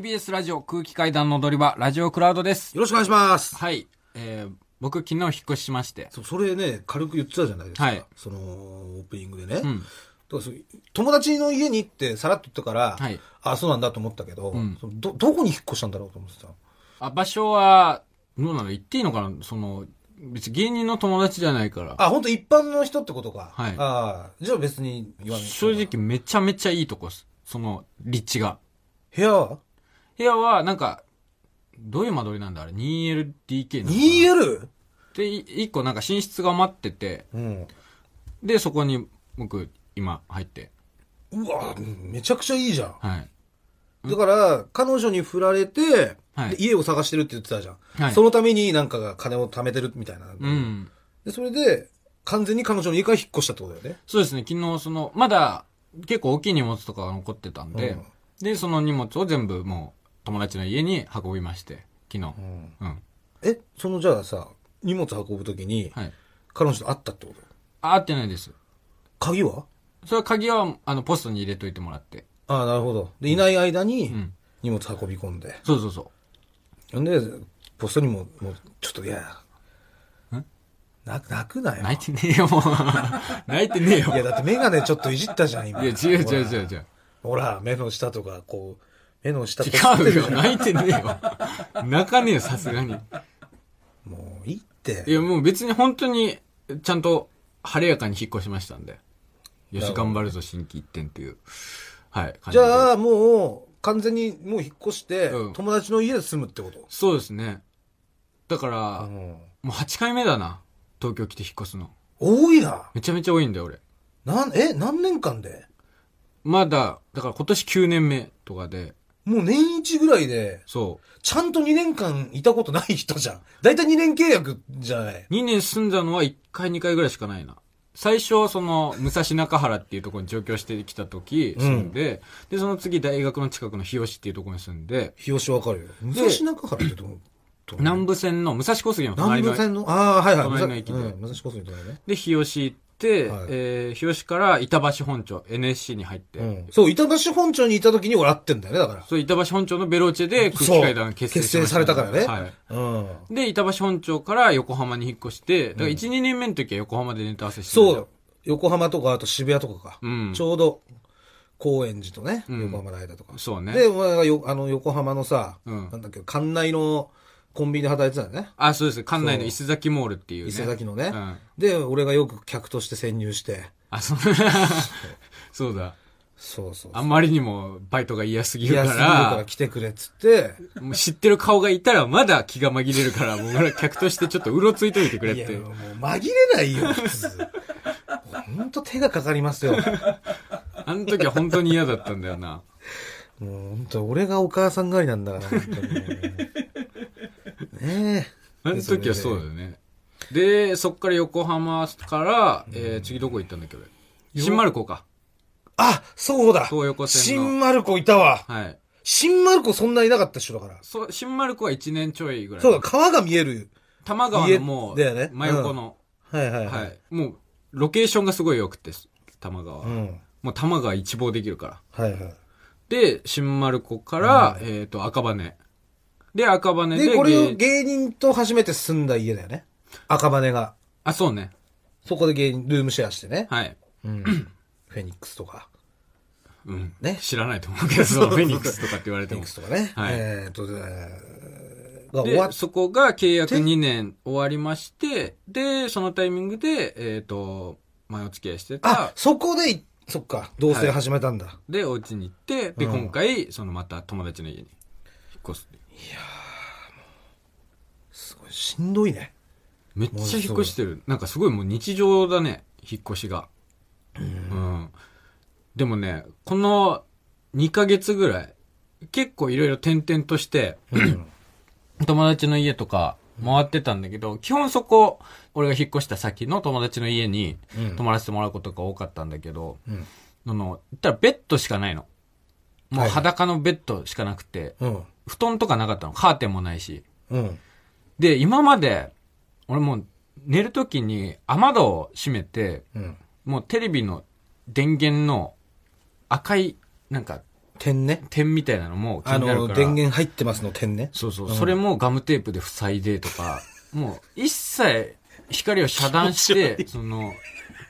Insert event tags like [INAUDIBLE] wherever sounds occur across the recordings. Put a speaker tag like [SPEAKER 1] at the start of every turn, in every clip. [SPEAKER 1] TBS ラジオ空気階段の踊り場、ラジオクラウドです。
[SPEAKER 2] よろしくお願いします。
[SPEAKER 1] はい。えー、僕昨日引っ越ししまして。
[SPEAKER 2] そうそれね、軽く言ってたじゃないですか。
[SPEAKER 1] はい
[SPEAKER 2] その、オープニングでね。
[SPEAKER 1] うん
[SPEAKER 2] だからそう友達の家に行ってさらっと言ったから、
[SPEAKER 1] はい
[SPEAKER 2] あそうなんだと思ったけど、
[SPEAKER 1] ん
[SPEAKER 2] そのど、どこに引っ越したんだろうと思ってた。
[SPEAKER 1] あ、場所は、どうなの言っていいのかなその、別に芸人の友達じゃないから。
[SPEAKER 2] あ、本当一般の人ってことか。
[SPEAKER 1] はい
[SPEAKER 2] あーじゃあ別に言わない。
[SPEAKER 1] 正直めちゃめちゃいいとこっす。その、立地が。
[SPEAKER 2] 部屋は
[SPEAKER 1] 部屋は、なんか、どういう間取りなんだあれ ?2LDK なのかな
[SPEAKER 2] ?2L?
[SPEAKER 1] で、い一個なんか寝室が待ってて、
[SPEAKER 2] うん。
[SPEAKER 1] で、そこに僕、今、入って。
[SPEAKER 2] うわ、めちゃくちゃいいじゃん。
[SPEAKER 1] はい。
[SPEAKER 2] だから、彼女に振られて、
[SPEAKER 1] はい
[SPEAKER 2] で家を探してるって言ってたじゃん。
[SPEAKER 1] はい
[SPEAKER 2] そのためになんかが金を貯めてるみたいな。
[SPEAKER 1] うん。
[SPEAKER 2] で、それで、完全に彼女の家から引っ越したってことだよね。
[SPEAKER 1] そうですね、昨日、その、まだ、結構大きい荷物とかが残ってたんで、
[SPEAKER 2] うん
[SPEAKER 1] で、その荷物を全部もう、友達の家に運びまして、昨日。
[SPEAKER 2] ん
[SPEAKER 1] うん。
[SPEAKER 2] え、そのじゃあさ、荷物運ぶときに、
[SPEAKER 1] はい。
[SPEAKER 2] 彼女と会ったってこと
[SPEAKER 1] あ、合ってないです。
[SPEAKER 2] 鍵は
[SPEAKER 1] それは鍵は、あの、ポストに入れといてもらって。
[SPEAKER 2] ああ、なるほど。で、いない間に
[SPEAKER 1] ん、
[SPEAKER 2] 荷物運び込んで。
[SPEAKER 1] そうそうそ
[SPEAKER 2] んで、ポストにも、もう、ちょっと、いや、
[SPEAKER 1] ん
[SPEAKER 2] な、泣くな
[SPEAKER 1] う。
[SPEAKER 2] よ。
[SPEAKER 1] 泣いてねえよ、
[SPEAKER 2] [LAUGHS]
[SPEAKER 1] もう。泣いてねえよ。
[SPEAKER 2] いや、だってメガネちょっといじったじゃん、今。
[SPEAKER 1] いや、違う
[SPEAKER 2] ほら
[SPEAKER 1] 違う違う違う。
[SPEAKER 2] ほら、目の下とか、こう、目の下とか。
[SPEAKER 1] 違うよ、泣いてねえよ。泣かねえよ、さすがに。
[SPEAKER 2] もう、いいって。
[SPEAKER 1] いや、もう別に本当に、ちゃんと晴れやかに引っ越しましたんで。よし、
[SPEAKER 2] なるほど
[SPEAKER 1] 頑張るぞ、新規一点っていう。はい、感
[SPEAKER 2] じ
[SPEAKER 1] で
[SPEAKER 2] ゃあ、もう、完全にもう引っ越して、
[SPEAKER 1] うん
[SPEAKER 2] 友達の家で住むってこと
[SPEAKER 1] そうですね。だから、も
[SPEAKER 2] ん。
[SPEAKER 1] う8回目だな。東京来て引っ越すの。
[SPEAKER 2] 多いな。
[SPEAKER 1] めちゃめちゃ多いんだよ、俺。
[SPEAKER 2] なん、え、何年間で
[SPEAKER 1] まだ、だから今年9年目とかで、
[SPEAKER 2] もう年一ぐらいで、
[SPEAKER 1] そ
[SPEAKER 2] ちゃんと2年間いたことない人じゃん。だいたい2年契約じゃない。
[SPEAKER 1] う。2年住んだのは1回2回ぐらいしかないな。最初、その、武蔵中原っていうところに上京してきた時、住んで、で、その次、大学の近くの日吉っていうところに住んで、
[SPEAKER 2] 日吉わかるよ。武
[SPEAKER 1] で
[SPEAKER 2] 蔵中原ってどうどう
[SPEAKER 1] 南部線の、武蔵小杉の
[SPEAKER 2] 南
[SPEAKER 1] 隣の
[SPEAKER 2] 部、線の、ああ、はいはい。
[SPEAKER 1] 隣の駅で
[SPEAKER 2] うん武蔵小杉の隣ね。
[SPEAKER 1] で、日吉行って、
[SPEAKER 2] はい
[SPEAKER 1] えー、日吉から板橋本町、NSC に入って、
[SPEAKER 2] うん。そう、板橋本町にいた時に俺会ってんだよね、だから。
[SPEAKER 1] そう、板橋本町のベローチェで空
[SPEAKER 2] そう
[SPEAKER 1] 気階段結成しま
[SPEAKER 2] 結成されたからね
[SPEAKER 1] はい。
[SPEAKER 2] うん。
[SPEAKER 1] で、板橋本町から横浜に引っ越して、だから1、2年目の時は横浜でネタ合わせしてたん
[SPEAKER 2] そ
[SPEAKER 1] だ
[SPEAKER 2] う。横浜とか、あと渋谷とかか。
[SPEAKER 1] うん
[SPEAKER 2] ちょうど、高円寺とね、
[SPEAKER 1] うん
[SPEAKER 2] 横浜の間とか。
[SPEAKER 1] そうね。
[SPEAKER 2] で、お前がよ、あの、横浜のさ、
[SPEAKER 1] うん
[SPEAKER 2] なんだっけ、館内のコンビニで働いてたよね。
[SPEAKER 1] あ、そうです。館内の伊勢崎モールっていうね。
[SPEAKER 2] 伊勢崎のね、
[SPEAKER 1] うん
[SPEAKER 2] で、俺がよく客として潜入して。
[SPEAKER 1] あ、そう。 [LAUGHS] そうだ。
[SPEAKER 2] そうそう
[SPEAKER 1] あんまりにもバイトが嫌すぎる
[SPEAKER 2] いや、
[SPEAKER 1] か
[SPEAKER 2] すぐから
[SPEAKER 1] ら、
[SPEAKER 2] 来てくれっつって。
[SPEAKER 1] もう知ってる顔がいたらまだ気が紛れるから、もう俺は客としてちょっとうろついといてくれっ
[SPEAKER 2] いや、
[SPEAKER 1] て。
[SPEAKER 2] もう紛れないよ、普通。ほんと手がかかりますよ。
[SPEAKER 1] あの時は本当に嫌だったんだよな。
[SPEAKER 2] もうほんと、俺がお母さん代わりなんだから、ほんとに。ねえ。
[SPEAKER 1] あの時はそうだよね。で、そっから横浜から、えー、次どこ行ったんだっけ、俺。新丸子か。
[SPEAKER 2] あ、そうだ
[SPEAKER 1] 東横線の
[SPEAKER 2] 新丸子いたわ。
[SPEAKER 1] はい。
[SPEAKER 2] 新丸子そんないなかった人だから。
[SPEAKER 1] そう、新丸子は1年ちょいぐらい。
[SPEAKER 2] そうだ、川が見える。
[SPEAKER 1] 多摩川のもう、
[SPEAKER 2] 家だよね
[SPEAKER 1] 真横の、
[SPEAKER 2] はいはいは。
[SPEAKER 1] はいい。もう、ロケーションがすごい良くて、多摩川は。
[SPEAKER 2] う。
[SPEAKER 1] もうん多摩川一望できるから。
[SPEAKER 2] はいはい。
[SPEAKER 1] で、新丸子から、えっ、と、赤羽。で、赤羽で
[SPEAKER 2] で、これを
[SPEAKER 1] 芸
[SPEAKER 2] 芸人と初めて住んだ家だよね。赤羽が。
[SPEAKER 1] あ、そうね。
[SPEAKER 2] そこで芸人、ルームシェアしてね。
[SPEAKER 1] はい。 [CLEARS THROAT]
[SPEAKER 2] うん。フェニックスとか。
[SPEAKER 1] うん。
[SPEAKER 2] ね
[SPEAKER 1] 知らないと思うけど、そのフェニックスとかって言われ
[SPEAKER 2] フ
[SPEAKER 1] て
[SPEAKER 2] ェ
[SPEAKER 1] も
[SPEAKER 2] ニック。スとかね。
[SPEAKER 1] はい
[SPEAKER 2] えーっと、えーが終わ
[SPEAKER 1] で、
[SPEAKER 2] っ
[SPEAKER 1] そこが契約2年終わりまして、で、そのタイミングで、えっ、と、前お付き合いして
[SPEAKER 2] あ
[SPEAKER 1] た、、
[SPEAKER 2] そこでい、そっか、同棲始めたんだ。
[SPEAKER 1] で、お家に行って、で、
[SPEAKER 2] うん
[SPEAKER 1] 今回、そのまた友達の家に引っ越すっていう。
[SPEAKER 2] すごい、しんどいね。
[SPEAKER 1] めっちゃ引っ越してる。なんかすごいもう日常だね、引っ越しが。うん。でもね、この2ヶ月ぐらい、結構いろいろ転々として、友達の家とか回ってたんだけど、基本そこ、俺が引っ越した先の友達の家に
[SPEAKER 2] うん
[SPEAKER 1] 泊まらせてもらうことが多かったんだけど、
[SPEAKER 2] うん。
[SPEAKER 1] その、言ったらベッドしかないの。も
[SPEAKER 2] は
[SPEAKER 1] う
[SPEAKER 2] い
[SPEAKER 1] 裸のベッドしかなくて、
[SPEAKER 2] うん。
[SPEAKER 1] 布団とかなかったの。カーテンもないし。
[SPEAKER 2] うん。
[SPEAKER 1] で、今まで、俺もう寝るときに雨戸を閉めて、
[SPEAKER 2] うん。
[SPEAKER 1] もうテレビの電源の赤い、なんか、
[SPEAKER 2] 点ね。
[SPEAKER 1] 点みたいなのも気
[SPEAKER 2] あ
[SPEAKER 1] になる
[SPEAKER 2] の、
[SPEAKER 1] から。
[SPEAKER 2] 電源入ってますの点ね。
[SPEAKER 1] そうそう、
[SPEAKER 2] うん
[SPEAKER 1] それもガムテープで塞いでとか、もう一切光を遮断して、その、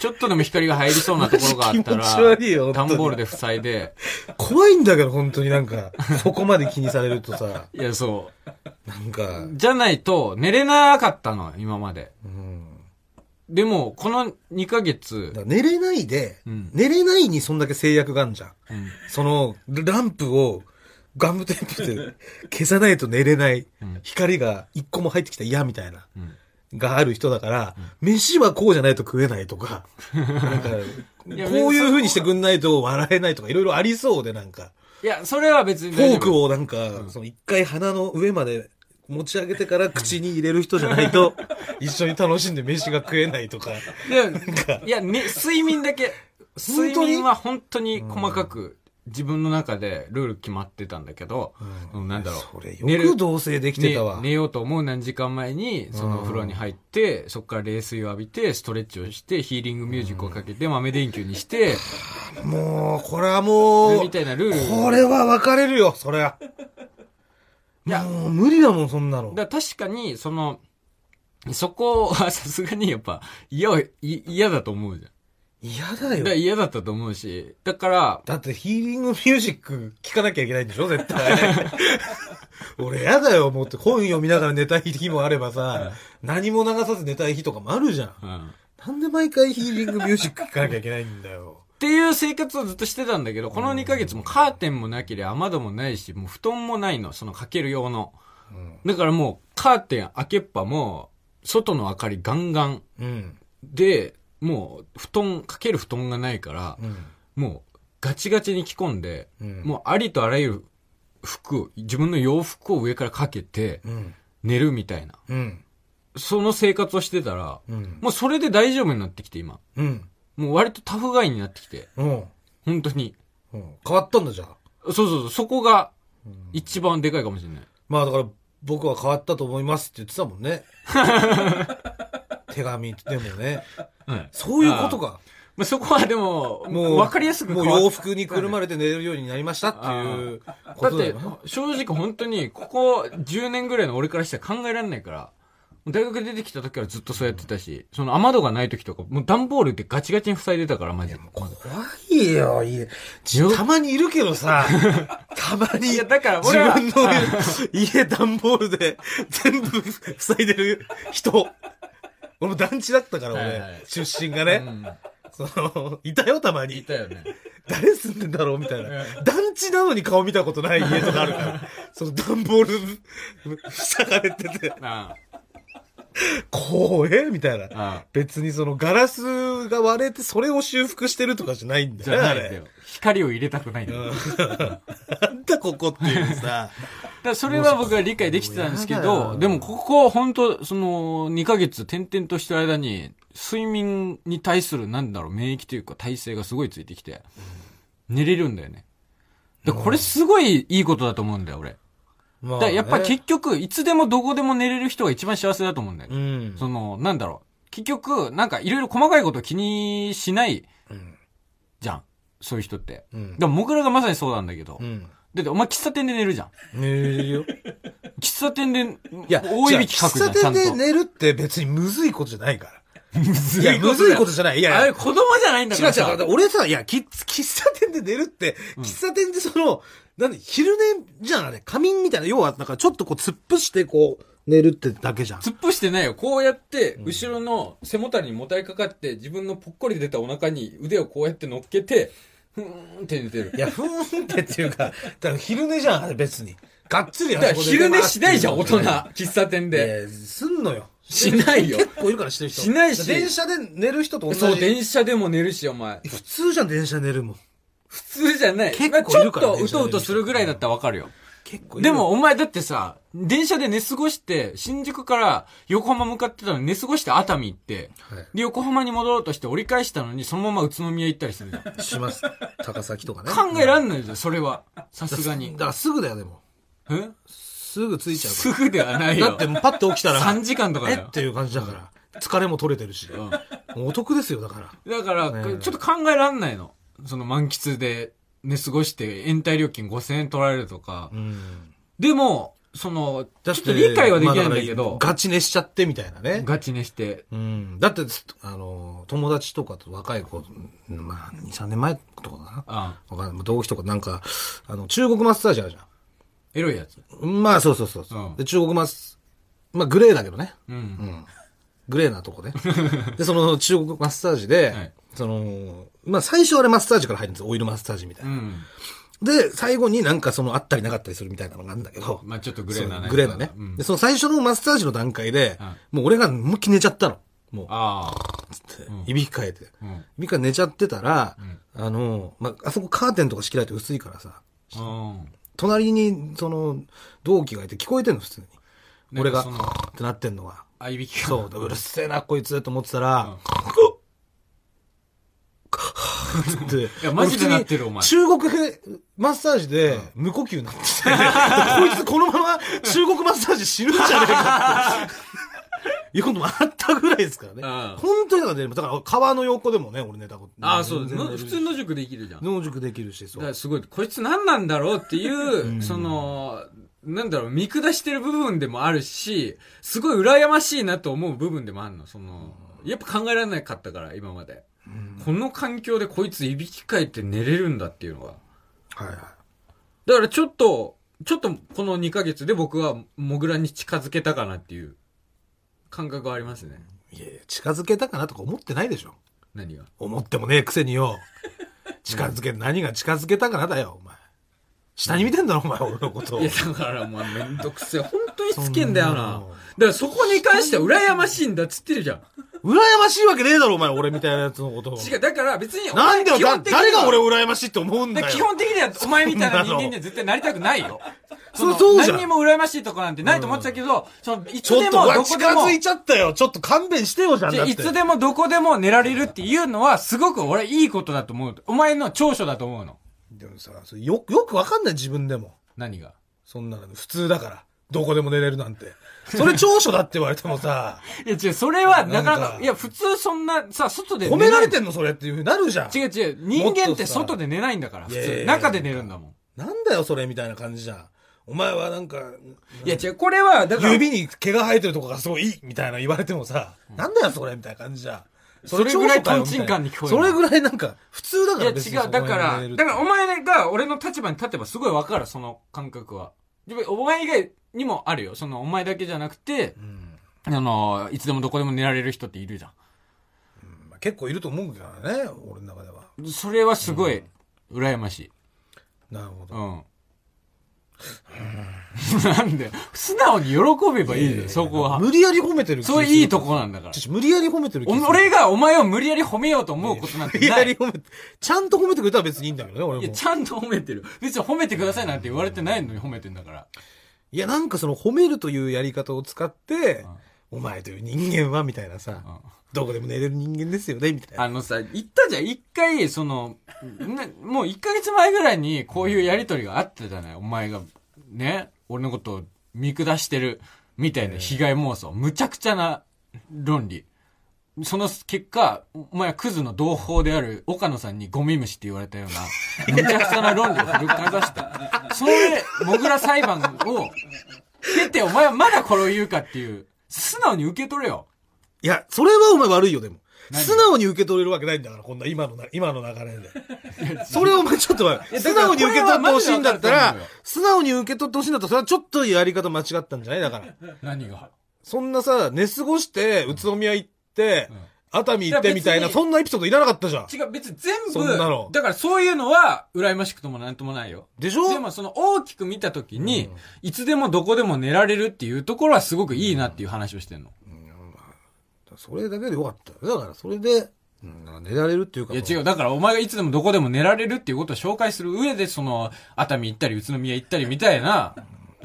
[SPEAKER 1] ちょっとでも光が入りそうなところがあった
[SPEAKER 2] マ
[SPEAKER 1] ら
[SPEAKER 2] ジ気持ち悪いよ、
[SPEAKER 1] 段ボールで塞いで、
[SPEAKER 2] 怖いんだけど、本当にな
[SPEAKER 1] [LAUGHS]
[SPEAKER 2] んか、そこまで気にされるとさ、
[SPEAKER 1] いや、そう。
[SPEAKER 2] なんか、
[SPEAKER 1] じゃないと、寝れなかったの、今まで。
[SPEAKER 2] うん。
[SPEAKER 1] でも、この2ヶ月
[SPEAKER 2] だか、ら寝れないで、
[SPEAKER 1] うん
[SPEAKER 2] 寝れないにそんだけ制約があんじゃん。
[SPEAKER 1] うん
[SPEAKER 2] その、ランプを、ガムテープで消さないと寝れない
[SPEAKER 1] うん。
[SPEAKER 2] 光が一個も入ってきたら嫌みたいな。
[SPEAKER 1] うん
[SPEAKER 2] がある人だから、飯はこうじゃないと食えないとか、なんか、こ
[SPEAKER 1] [LAUGHS]
[SPEAKER 2] う
[SPEAKER 1] いや
[SPEAKER 2] いう風にしてくんないと笑えないとか、いろいろありそうで、なんか、
[SPEAKER 1] いや、それは別に
[SPEAKER 2] フォーク
[SPEAKER 1] を。
[SPEAKER 2] をなんか、その一回鼻の上まで持ち上げてから口に入れる人じゃな
[SPEAKER 1] [LAUGHS]
[SPEAKER 2] いと、一緒に楽しんで飯が食えないとか、
[SPEAKER 1] でいや、ね、睡眠だけ、
[SPEAKER 2] 当に
[SPEAKER 1] 睡眠は本当に細かく、自分の中でルール決まってたんだけど、うんなんだろう。
[SPEAKER 2] それ
[SPEAKER 1] 寝
[SPEAKER 2] よ
[SPEAKER 1] る
[SPEAKER 2] く同棲できてたわ。
[SPEAKER 1] ね寝ようと思う何時間前に、そのお風呂に入って、そこから冷水を浴びて、ストレッチをして、ヒーリングミュージックをかけて、豆電球にして、
[SPEAKER 2] もう、これはもう
[SPEAKER 1] み、たいなルール。
[SPEAKER 2] これは別れるよ、そりゃ。
[SPEAKER 1] いや
[SPEAKER 2] もう無理だもん、そんなの。
[SPEAKER 1] だから確かに、その、そこはさすがにやっぱ、嫌は、い嫌だと思うじゃん。
[SPEAKER 2] 嫌だ
[SPEAKER 1] だから
[SPEAKER 2] よ。
[SPEAKER 1] 嫌だったと思うし、だから、
[SPEAKER 2] だってヒーリングミュージック聞かなきゃいけないんでしょ絶対。俺嫌だよ、もうって本読みながら寝たい日もあればさ、何も流さず寝たい日とかもあるじゃん。
[SPEAKER 1] うん。っ
[SPEAKER 2] なんで毎回ヒーリングミュージック聞かなきゃいけないんだよ。
[SPEAKER 1] ていう生活をずっとしてたんだけど、この2ヶ月もカーテンもなければ雨戸もないし、もう布団もないの、そのかける用の。
[SPEAKER 2] うん。
[SPEAKER 1] だからもう、カーテン開けっぱも、外の明かりガンガン。
[SPEAKER 2] うん。
[SPEAKER 1] で、もう、布団、かける布団がないから、
[SPEAKER 2] うん。
[SPEAKER 1] もう、ガチガチに着込んで、
[SPEAKER 2] うん
[SPEAKER 1] もう、ありとあらゆる服を、自分の洋服を上からかけて、
[SPEAKER 2] うん。
[SPEAKER 1] 寝るみたいな。
[SPEAKER 2] うん。
[SPEAKER 1] その生活をしてたら、
[SPEAKER 2] うん。
[SPEAKER 1] もうそれで大丈夫になってきて、今。
[SPEAKER 2] うん。
[SPEAKER 1] もう割とタフガイになってきて、
[SPEAKER 2] うん。
[SPEAKER 1] 本当に。
[SPEAKER 2] うん変わったんだじゃあ。
[SPEAKER 1] そうそうそう、そこが、一番でかいかもしれない。
[SPEAKER 2] まあだから僕は変わったと思いますって言ってたも
[SPEAKER 1] [LAUGHS]
[SPEAKER 2] んね。手紙でもね。
[SPEAKER 1] はい
[SPEAKER 2] そういうことか。
[SPEAKER 1] まあ、そこはでも、
[SPEAKER 2] もう、
[SPEAKER 1] わかりやすく
[SPEAKER 2] もう
[SPEAKER 1] 変わっ
[SPEAKER 2] 洋服にくるまれて寝れるようになりましたっていうこ
[SPEAKER 1] だっ
[SPEAKER 2] とだ
[SPEAKER 1] て
[SPEAKER 2] よな。、
[SPEAKER 1] 正直本当に、ここ10年ぐらいの俺からしたら考えられないから、大学出てきた時からずっとそうやってたし、その雨戸がない時とか、もう段ボールでガチガチに塞いでたから、マジで。
[SPEAKER 2] 怖いよ、いい
[SPEAKER 1] よ
[SPEAKER 2] たまにいるけどさ、
[SPEAKER 1] [LAUGHS]
[SPEAKER 2] たまに。
[SPEAKER 1] いやだから
[SPEAKER 2] 自
[SPEAKER 1] 俺は
[SPEAKER 2] 分の家、段ボールで全部塞いでる人。俺も団地だったから、
[SPEAKER 1] はい
[SPEAKER 2] 俺
[SPEAKER 1] はい。
[SPEAKER 2] 出身が
[SPEAKER 1] う
[SPEAKER 2] ね。
[SPEAKER 1] ん。
[SPEAKER 2] その、いたよ、たまに
[SPEAKER 1] い。たよね。
[SPEAKER 2] 誰住んでんだろうみたいな。団地なのに顔見たことない家とかあるから。その段ボール、塞がれてて、
[SPEAKER 1] あ
[SPEAKER 2] 怖えみたい
[SPEAKER 1] あ、
[SPEAKER 2] な。
[SPEAKER 1] ああ。
[SPEAKER 2] 別にそのガラスが割れてそれを修復してるとかじゃないんだ
[SPEAKER 1] じ
[SPEAKER 2] よ
[SPEAKER 1] ゃ
[SPEAKER 2] ね、
[SPEAKER 1] な
[SPEAKER 2] あ
[SPEAKER 1] いんだ
[SPEAKER 2] れ
[SPEAKER 1] よ。。光を入れたくないんだよ。だか
[SPEAKER 2] なん [LAUGHS] だここっていうさ。
[SPEAKER 1] らそれは僕は理解できてたんですけ
[SPEAKER 2] もうやだ
[SPEAKER 1] ど、
[SPEAKER 2] よ
[SPEAKER 1] でもここ本当その、2ヶ月転々としてる間に、睡眠に対する、なんだろう、免疫というか体制がすごいついてきて、寝れるんだよね。だからこれすごいいいことだと思うんだよ、俺。だ
[SPEAKER 2] まあ
[SPEAKER 1] か
[SPEAKER 2] ね
[SPEAKER 1] らやっぱ結局、いつでもどこでも寝れる人が一番幸せだと思うんだよ。
[SPEAKER 2] うん。
[SPEAKER 1] その、なんだろう。結局、なんかいろいろ細かいこと気にしない
[SPEAKER 2] うん。
[SPEAKER 1] じゃん。そういう人って。
[SPEAKER 2] うん
[SPEAKER 1] でも、僕らがまさにそうなんだけど。
[SPEAKER 2] うん。
[SPEAKER 1] だって、お前喫茶店で寝るじゃん。
[SPEAKER 2] 寝れるよ。
[SPEAKER 1] 喫茶店で、
[SPEAKER 2] いや、
[SPEAKER 1] [LAUGHS] 大いびきかくじゃん、
[SPEAKER 2] 喫
[SPEAKER 1] ちゃ
[SPEAKER 2] 茶
[SPEAKER 1] ん
[SPEAKER 2] 店で
[SPEAKER 1] と。
[SPEAKER 2] 寝るって別にむずいことじゃないから。
[SPEAKER 1] [LAUGHS] むず
[SPEAKER 2] いや、むずいことじゃない。いやいや
[SPEAKER 1] あれ、子供じゃないんだか
[SPEAKER 2] 違う違
[SPEAKER 1] ら
[SPEAKER 2] う。
[SPEAKER 1] さ。
[SPEAKER 2] だから俺さ、いや、き喫茶店で寝るって、喫茶店でその、なんで、昼寝じゃん、あれ。仮眠みたいな。要は、なんかちょっとこう、突っ伏してこう、寝るってだけじゃん。
[SPEAKER 1] 突っ伏してないよ。こうやって、後ろの背もたれにもたれかかって、自分のぽっこり出たお腹に腕をこうやって乗っけて、ふーんって寝てる。
[SPEAKER 2] いや、ふーんってっていうか、 [LAUGHS] だから昼寝じゃん、あれ別に。がっつりあ
[SPEAKER 1] だ
[SPEAKER 2] そ
[SPEAKER 1] から
[SPEAKER 2] こで
[SPEAKER 1] 昼寝しないじゃん、大人。
[SPEAKER 2] いや。
[SPEAKER 1] 喫茶店で。
[SPEAKER 2] すんのよ。
[SPEAKER 1] しないよ
[SPEAKER 2] 結構いるからしてる人。
[SPEAKER 1] しないし
[SPEAKER 2] 電車で寝る人と同じ。
[SPEAKER 1] そう、電車でも寝るし、お前。
[SPEAKER 2] 普通じゃん、電車寝るもん。
[SPEAKER 1] 普通じゃない。
[SPEAKER 2] 結構
[SPEAKER 1] まあちょっ
[SPEAKER 2] いるから
[SPEAKER 1] と
[SPEAKER 2] ね
[SPEAKER 1] うとうとするぐらいだったらわかるよ。
[SPEAKER 2] 結構いる
[SPEAKER 1] でも、お前だってさ、電車で寝過ごして、新宿から横浜向かってたのに寝過ごして熱海行って、
[SPEAKER 2] はい
[SPEAKER 1] で、横浜に戻ろうとして折り返したのに、そのまま宇都宮行ったりするじゃん。
[SPEAKER 2] します。高崎とかね。
[SPEAKER 1] 考えらんないじゃん、それは。さすがに
[SPEAKER 2] だ。からすぐだよ、でも。
[SPEAKER 1] え
[SPEAKER 2] すぐ着いちゃうから。
[SPEAKER 1] すぐではないよ。
[SPEAKER 2] だってもうパッて起きたら、
[SPEAKER 1] 3時間とか
[SPEAKER 2] え
[SPEAKER 1] だ
[SPEAKER 2] っ
[SPEAKER 1] よ。
[SPEAKER 2] ていう感じだから、疲れも取れてるし、もうお得ですよ、だから。
[SPEAKER 1] だから、
[SPEAKER 2] ね
[SPEAKER 1] ちょっと考えらんないの。その満喫でね、過ごして、延滞料金5000円取られるとか。
[SPEAKER 2] うん。
[SPEAKER 1] でも、その、ちょ
[SPEAKER 2] だ
[SPEAKER 1] っ
[SPEAKER 2] し
[SPEAKER 1] と
[SPEAKER 2] て
[SPEAKER 1] 理解はできないんだけ
[SPEAKER 2] まあ
[SPEAKER 1] ど
[SPEAKER 2] か、らガチ寝しちゃってみたいなね。
[SPEAKER 1] ガチ寝して、
[SPEAKER 2] うん。だって、あの、友達とかと若い子、うんまあ、2、3年前とかかな。
[SPEAKER 1] あ
[SPEAKER 2] わかんない同期とかなんか、あの、中国マッサージあるじゃん。
[SPEAKER 1] エロいやつ。
[SPEAKER 2] まあ、そうそうそうそう、
[SPEAKER 1] うん
[SPEAKER 2] で、中国マス、まあ、グレーだけどね。
[SPEAKER 1] う。
[SPEAKER 2] うんん。グレーなと
[SPEAKER 1] [LAUGHS]
[SPEAKER 2] こね。で、その中国マッサージで、
[SPEAKER 1] はい
[SPEAKER 2] その、まあ、最初あれマッサージから入るんですよ。オイルマッサージみたいうな。
[SPEAKER 1] ん。
[SPEAKER 2] で、最後になんかその、あったりなかったりするみたいなのがあるんだけど。
[SPEAKER 1] まあちょっとグレーな
[SPEAKER 2] そ
[SPEAKER 1] ね。
[SPEAKER 2] うグレーなね、
[SPEAKER 1] うん
[SPEAKER 2] で、その最初のマッサージの段階で、
[SPEAKER 1] は
[SPEAKER 2] もう俺がもう気寝ちゃったの。もう、
[SPEAKER 1] あ
[SPEAKER 2] つっ
[SPEAKER 1] う
[SPEAKER 2] て
[SPEAKER 1] ん、
[SPEAKER 2] いびきかえて。い
[SPEAKER 1] あ。うん。
[SPEAKER 2] びきかえ寝ちゃってたら、あの、まあ、あそこカーテンとか仕切られて薄いからさ、
[SPEAKER 1] うん。
[SPEAKER 2] 隣に、その、同期がいて聞こえてんの、普通に。俺が、っ
[SPEAKER 1] なんかそ
[SPEAKER 2] てなってんのが。
[SPEAKER 1] あいびきが。
[SPEAKER 2] そうだ、うるせえな、こいつ、と思ってたら、つって。い
[SPEAKER 1] やマジでなってるお前
[SPEAKER 2] 中国マッサージで、無呼吸になってて、こいつこのまま中国マッサージ死ぬんじゃねえかって。いうこともあったぐらいですからね
[SPEAKER 1] うん。
[SPEAKER 2] 本当にだからね、だから川の横でもね、俺寝たこと。
[SPEAKER 1] ああ、そう。
[SPEAKER 2] 全然
[SPEAKER 1] の
[SPEAKER 2] 寝れ
[SPEAKER 1] 普
[SPEAKER 2] る
[SPEAKER 1] 通の塾できるじゃん。だ
[SPEAKER 2] 野宿できるし、そ
[SPEAKER 1] から
[SPEAKER 2] う。
[SPEAKER 1] すごい、こいつ何なんだろうって
[SPEAKER 2] [LAUGHS]
[SPEAKER 1] いう、その、なんだろう、見下してる部分でもあるし、すごい羨ましいなと思う部分でもあるの。その、やっぱ考えられなかったから、今まで。この環境でこいついびきかいて寝れるんだっていうのが。
[SPEAKER 2] はいはい。
[SPEAKER 1] だからちょっと、ちょっとこの2ヶ月で僕はモグラに近づけたかなっていう感覚はありますね。
[SPEAKER 2] いやいや近づけたかなとか思ってないでしょ。
[SPEAKER 1] 何が。
[SPEAKER 2] 思ってもねえくせに
[SPEAKER 1] [LAUGHS]
[SPEAKER 2] よ。近づけ、何が近づけたかなだよ、お前。下に見てんだろ、お前、俺のことを
[SPEAKER 1] いや、。だからもうめんどくせえ。本当に好きんだよな。だからそこに関しては羨ましいんだっつってるじゃん。
[SPEAKER 2] 羨ましいわけねえだろ、お前、俺みたいなやつのことを。
[SPEAKER 1] 違う、だから別にお前
[SPEAKER 2] なんでよ、
[SPEAKER 1] 基
[SPEAKER 2] だ
[SPEAKER 1] 本的には
[SPEAKER 2] 誰が俺を羨ましいって思うん
[SPEAKER 1] だ
[SPEAKER 2] だ
[SPEAKER 1] か
[SPEAKER 2] よ。
[SPEAKER 1] ら基本的にはお前みたいな人間には絶対なりたくないよ。の
[SPEAKER 2] そうじゃん
[SPEAKER 1] 何にも羨ましいとこなんてないと思ってたけど、その、いつ
[SPEAKER 2] ちょっ
[SPEAKER 1] で
[SPEAKER 2] と
[SPEAKER 1] も
[SPEAKER 2] ほら
[SPEAKER 1] どこで
[SPEAKER 2] 近
[SPEAKER 1] も
[SPEAKER 2] づ、いちゃったよ。ちょっと勘弁してよ、じゃん。
[SPEAKER 1] じゃ
[SPEAKER 2] だ
[SPEAKER 1] あ
[SPEAKER 2] って
[SPEAKER 1] いつでもどこでも寝られるっていうのはすごく俺いいことだと思う。お前の長所だと思うの。
[SPEAKER 2] でもさ、それよく、よくわかんない、自分でも。
[SPEAKER 1] 何が
[SPEAKER 2] そんなの、普通だから。どこでも寝れるなんて。それ長所だって言われて
[SPEAKER 1] [LAUGHS]
[SPEAKER 2] もさ、
[SPEAKER 1] いや違う、それはなかな
[SPEAKER 2] なん
[SPEAKER 1] か
[SPEAKER 2] か、
[SPEAKER 1] いや普通そんなさ、外で
[SPEAKER 2] 褒
[SPEAKER 1] 寝
[SPEAKER 2] め
[SPEAKER 1] な
[SPEAKER 2] ら
[SPEAKER 1] い
[SPEAKER 2] れてんの、それっていうふうになるじゃん。
[SPEAKER 1] 違う違う、人間って外で寝ないんだから、普
[SPEAKER 2] もっとさ
[SPEAKER 1] 通。
[SPEAKER 2] いやいやいや
[SPEAKER 1] 中で寝るんだもん。
[SPEAKER 2] なんだよ、それ、みたいな感じじゃん。お前はなんか、
[SPEAKER 1] いや違う、これは、だから、
[SPEAKER 2] 指に毛が生えてるとこがすごいいいみたいな言われてもさ、なんだよそれみたいな感じじゃん。
[SPEAKER 1] それぐらい
[SPEAKER 2] 長所かよ
[SPEAKER 1] トンチンカンに聞こえる
[SPEAKER 2] それぐらいなんか、普通だか
[SPEAKER 1] い
[SPEAKER 2] ら
[SPEAKER 1] や違う、だから、だからお前が俺の立場に立てばすごいわかる、その感覚は。でもお前以外にもあるよ。その、お前だけじゃなくて、あの、いつでもどこでも寝られる人っているじゃ
[SPEAKER 2] ら、結構いると思うけどね、俺の中では。
[SPEAKER 1] ん。それはすごい、羨ましい。
[SPEAKER 2] なるほど。
[SPEAKER 1] うん。なんで、素直に喜べばいいじゃん、そこは。
[SPEAKER 2] 無理やり褒めてる気が
[SPEAKER 1] そういいとこなんだから
[SPEAKER 2] ちょちょ無理やり褒めてる気
[SPEAKER 1] お
[SPEAKER 2] がする
[SPEAKER 1] 俺がお前を無理やり褒めようと思うことなんて
[SPEAKER 2] 無理
[SPEAKER 1] な
[SPEAKER 2] や
[SPEAKER 1] い。
[SPEAKER 2] り褒めて、ちゃんと褒めてくれたら別にいいんだけどね、
[SPEAKER 1] い
[SPEAKER 2] 俺
[SPEAKER 1] や、
[SPEAKER 2] も。
[SPEAKER 1] ちゃんと褒めてる。別に褒めてくださいなんて言われてないのに褒めてんだから。
[SPEAKER 2] いや、なんかその褒めるというやり方を使って、お前という人間は、みたいなさ、
[SPEAKER 1] うん
[SPEAKER 2] どこでも寝れる人間ですよね、みたい
[SPEAKER 1] [LAUGHS]
[SPEAKER 2] な。
[SPEAKER 1] あのさ、言ったじゃん、一回、その、なもう一ヶ月前ぐらいにこういうやりとりがあったじゃない、お前が、ね、俺のことを見下してる、みたいな被害妄想。むちゃくちゃな論理。その結果、お前はクズの同胞である岡野さんにゴミ虫って言われたような、むちゃくちゃな論理を振りかざした。それで、モグラ裁判を経て、お前はまだこれを言うかっていう、素直に受け取れよ。
[SPEAKER 2] いや、それはお前悪いよ、でも。
[SPEAKER 1] 何
[SPEAKER 2] 素直に受け取れるわけないんだから、こんな今のな、今の流れで。
[SPEAKER 1] [LAUGHS]
[SPEAKER 2] それをお前ちょっと待って、
[SPEAKER 1] いや
[SPEAKER 2] 素直に受け取ってほしいんだっ
[SPEAKER 1] だ
[SPEAKER 2] た
[SPEAKER 1] からこれは
[SPEAKER 2] ら
[SPEAKER 1] マジでわかると思うよ、
[SPEAKER 2] 素直に受け取ってほしいんだったら、それはちょっとやり方間違ったんじゃないだから。
[SPEAKER 1] 何が。
[SPEAKER 2] そんなさ、寝過ごして、宇都宮行って、
[SPEAKER 1] うん
[SPEAKER 2] 熱海行ってみたい
[SPEAKER 1] いや
[SPEAKER 2] な、
[SPEAKER 1] 別に
[SPEAKER 2] そんなエピソードいらなかったじゃん。
[SPEAKER 1] 違う、別に全部、
[SPEAKER 2] そんなの
[SPEAKER 1] だからそういうのは、羨ましくともなんともないよ。
[SPEAKER 2] でしょ
[SPEAKER 1] でもその大きく見たときに、いつでもどこでも寝られるっていうところはすごくいいなっていう話をしてんの。
[SPEAKER 2] それだけでよかったよ。だから、それで、うん寝られるっていうか。
[SPEAKER 1] いや
[SPEAKER 2] も
[SPEAKER 1] 違う、だからお前がいつでもどこでも寝られるっていうことを紹介する上で、その、熱海行ったり宇都宮行ったりみたいな、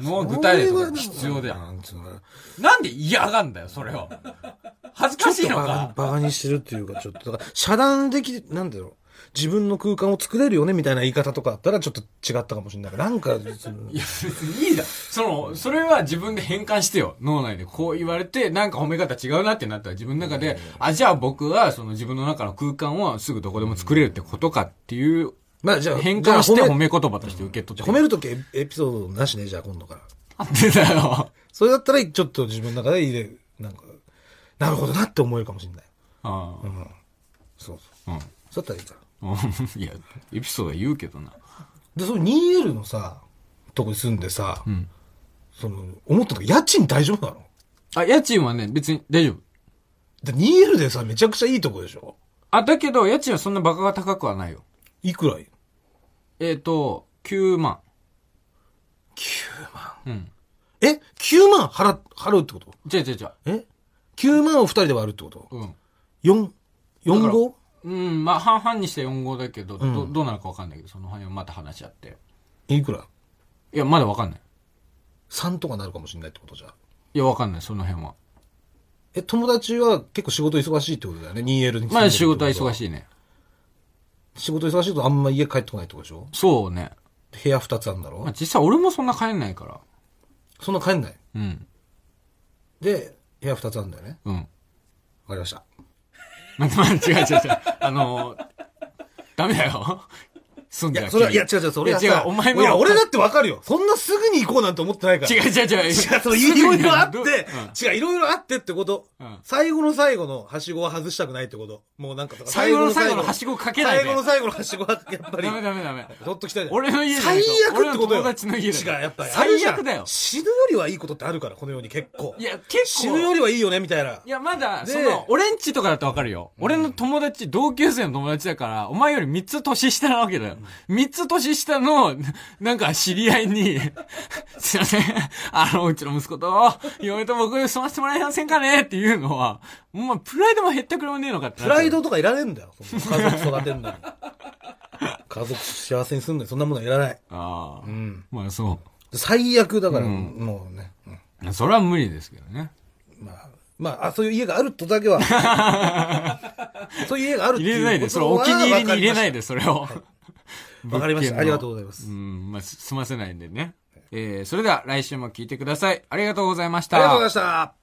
[SPEAKER 1] のを具体例とか必要だよ。
[SPEAKER 2] なんつうのかな
[SPEAKER 1] なんで嫌がんだよ、それを。恥ずかしいの
[SPEAKER 2] バカ
[SPEAKER 1] か。
[SPEAKER 2] バカにしてるっていうか、ちょっと、だから、遮断でき、なんだろう。自分の空間を作れるよねみたいな言い方とかあったらちょっと違ったかもしれないけど、なんか、その
[SPEAKER 1] いや、別にいいだ。その、それは自分で変換してよ。脳内でこう言われて、なんか褒め方違うなってなったら自分の中で、あ、じゃあ僕はその自分の中の空間をすぐどこでも作れるってことかっていう
[SPEAKER 2] まあじゃあ、
[SPEAKER 1] 変換して
[SPEAKER 2] じゃあ
[SPEAKER 1] 褒
[SPEAKER 2] 褒
[SPEAKER 1] め
[SPEAKER 2] め
[SPEAKER 1] 言葉として受け取って
[SPEAKER 2] 褒めるときエエピソードなしね、じゃあ今度から。
[SPEAKER 1] なんで [LAUGHS] だよ。
[SPEAKER 2] それだったら、ちょっと自分の中で入れ、なんか、なるほどなって思えるかもしれない。
[SPEAKER 1] あ
[SPEAKER 2] うん。そうそう。
[SPEAKER 1] あ。
[SPEAKER 2] そうだったらいいから。
[SPEAKER 1] うん。いや、エピソードは言うけどな。
[SPEAKER 2] で、その 2L のさ、とこに住んでさ、
[SPEAKER 1] ん
[SPEAKER 2] その、思ったのが家賃大丈夫なの
[SPEAKER 1] あ、家賃はね、別に大丈夫。
[SPEAKER 2] で ?2L でさ、めちゃくちゃいいとこでしょ
[SPEAKER 1] あ、だけど、家賃はそんなバカが高くはないよ。
[SPEAKER 2] いくらい
[SPEAKER 1] えっ、と、9万。
[SPEAKER 2] ?9 万。
[SPEAKER 1] うん。
[SPEAKER 2] え ?9 万払、払うってこと
[SPEAKER 1] 違う違う違う。
[SPEAKER 2] え ?9 万を2人で割るってこと
[SPEAKER 1] うん。
[SPEAKER 2] ?4、4号
[SPEAKER 1] うん、まあ、半々にして4号だけど、ど、
[SPEAKER 2] うん
[SPEAKER 1] どうなるかわかんないけど、その辺はまた話し合って。
[SPEAKER 2] いくら
[SPEAKER 1] いや、まだわかんない。
[SPEAKER 2] ?3 とかなるかもしれないってことじゃん。
[SPEAKER 1] いや、わかんない、その辺は。
[SPEAKER 2] え、友達は結構仕事忙しいってことだよね ?2L に。
[SPEAKER 1] まあ、仕事は忙
[SPEAKER 2] い。
[SPEAKER 1] しいね。
[SPEAKER 2] 仕事忙しいとあんま家帰ってこないってことでしょ
[SPEAKER 1] そうね。
[SPEAKER 2] 部屋2つあるんだろ、
[SPEAKER 1] まあ、実際俺もそんな帰んないから。
[SPEAKER 2] そんな帰んない。
[SPEAKER 1] うん。
[SPEAKER 2] で、部屋2つあるんだよね
[SPEAKER 1] うん。
[SPEAKER 2] わかりました。
[SPEAKER 1] まあ、まあ違う違う違う。あのー、ダメだよ。住ん
[SPEAKER 2] い
[SPEAKER 1] じゃ
[SPEAKER 2] や、それは、いや、違う
[SPEAKER 1] う
[SPEAKER 2] 違う、それはさ
[SPEAKER 1] いや違うお前の
[SPEAKER 2] いや、俺だってわかるよ。そんなすぐに行こうなんて思ってないから。
[SPEAKER 1] 君。
[SPEAKER 2] 違
[SPEAKER 1] 違う違う違う。
[SPEAKER 2] う、その、いろいろあって、
[SPEAKER 1] うん
[SPEAKER 2] 違う、いろいろあってってこと。
[SPEAKER 1] うん
[SPEAKER 2] 最後の最後のはしごは外したくないってこと。もうなんかさ、
[SPEAKER 1] 最後の最後のはしごかけないで
[SPEAKER 2] 最後の最後のはしごは、やっぱり
[SPEAKER 1] ダ、メダメダメ。
[SPEAKER 2] どっときたいじゃん。
[SPEAKER 1] 俺の家じゃな
[SPEAKER 2] 最
[SPEAKER 1] いと
[SPEAKER 2] 悪ってこと
[SPEAKER 1] 俺
[SPEAKER 2] よ。
[SPEAKER 1] の友達の家だよ
[SPEAKER 2] 違う、やっぱり。
[SPEAKER 1] 最悪
[SPEAKER 2] あるじゃん
[SPEAKER 1] だよ
[SPEAKER 2] 死ぬよりはいいことってあるから、この世に結構。
[SPEAKER 1] いや、結構。
[SPEAKER 2] 死ぬよりはいいよね、みたいな。
[SPEAKER 1] いや、まだ、
[SPEAKER 2] で
[SPEAKER 1] その、俺んちとかだとわかるよ。俺の友達、同級生の友達だから、お前より3つ年下なわけだよ。3つ年下の、 [LAUGHS] ななんか知り合いに、 [LAUGHS] すいません、あの、うちの息子と、嫁と僕住ませてもらえませんかねっていうのは、もうプライドも減ったくれもねえのかってな
[SPEAKER 2] プ
[SPEAKER 1] っちゃう。
[SPEAKER 2] ライドとかいらねえんだよ。その家族育てるのに。家族幸せにすんのに、そんなものはいらない。
[SPEAKER 1] ああ。
[SPEAKER 2] うん。
[SPEAKER 1] まあそ
[SPEAKER 2] 最悪だから、
[SPEAKER 1] うん
[SPEAKER 2] もうね、うん
[SPEAKER 1] う。それは無理ですけどね。
[SPEAKER 2] まあ、まあ、あそういう家があるとだけ
[SPEAKER 1] [LAUGHS]
[SPEAKER 2] は、そういう家があるって
[SPEAKER 1] 入
[SPEAKER 2] い
[SPEAKER 1] れ
[SPEAKER 2] うことは
[SPEAKER 1] ないで、それお気に入りに入れない
[SPEAKER 2] で。
[SPEAKER 1] で、それを。
[SPEAKER 2] わかりまし
[SPEAKER 1] 物件
[SPEAKER 2] た。
[SPEAKER 1] の
[SPEAKER 2] ありがとうございま
[SPEAKER 1] う
[SPEAKER 2] す。
[SPEAKER 1] ん、まあ、す済ませないんでね。えー、それでは来週も聞いてください。ありがとうございまし
[SPEAKER 2] あ
[SPEAKER 1] た。
[SPEAKER 2] りがとうございました。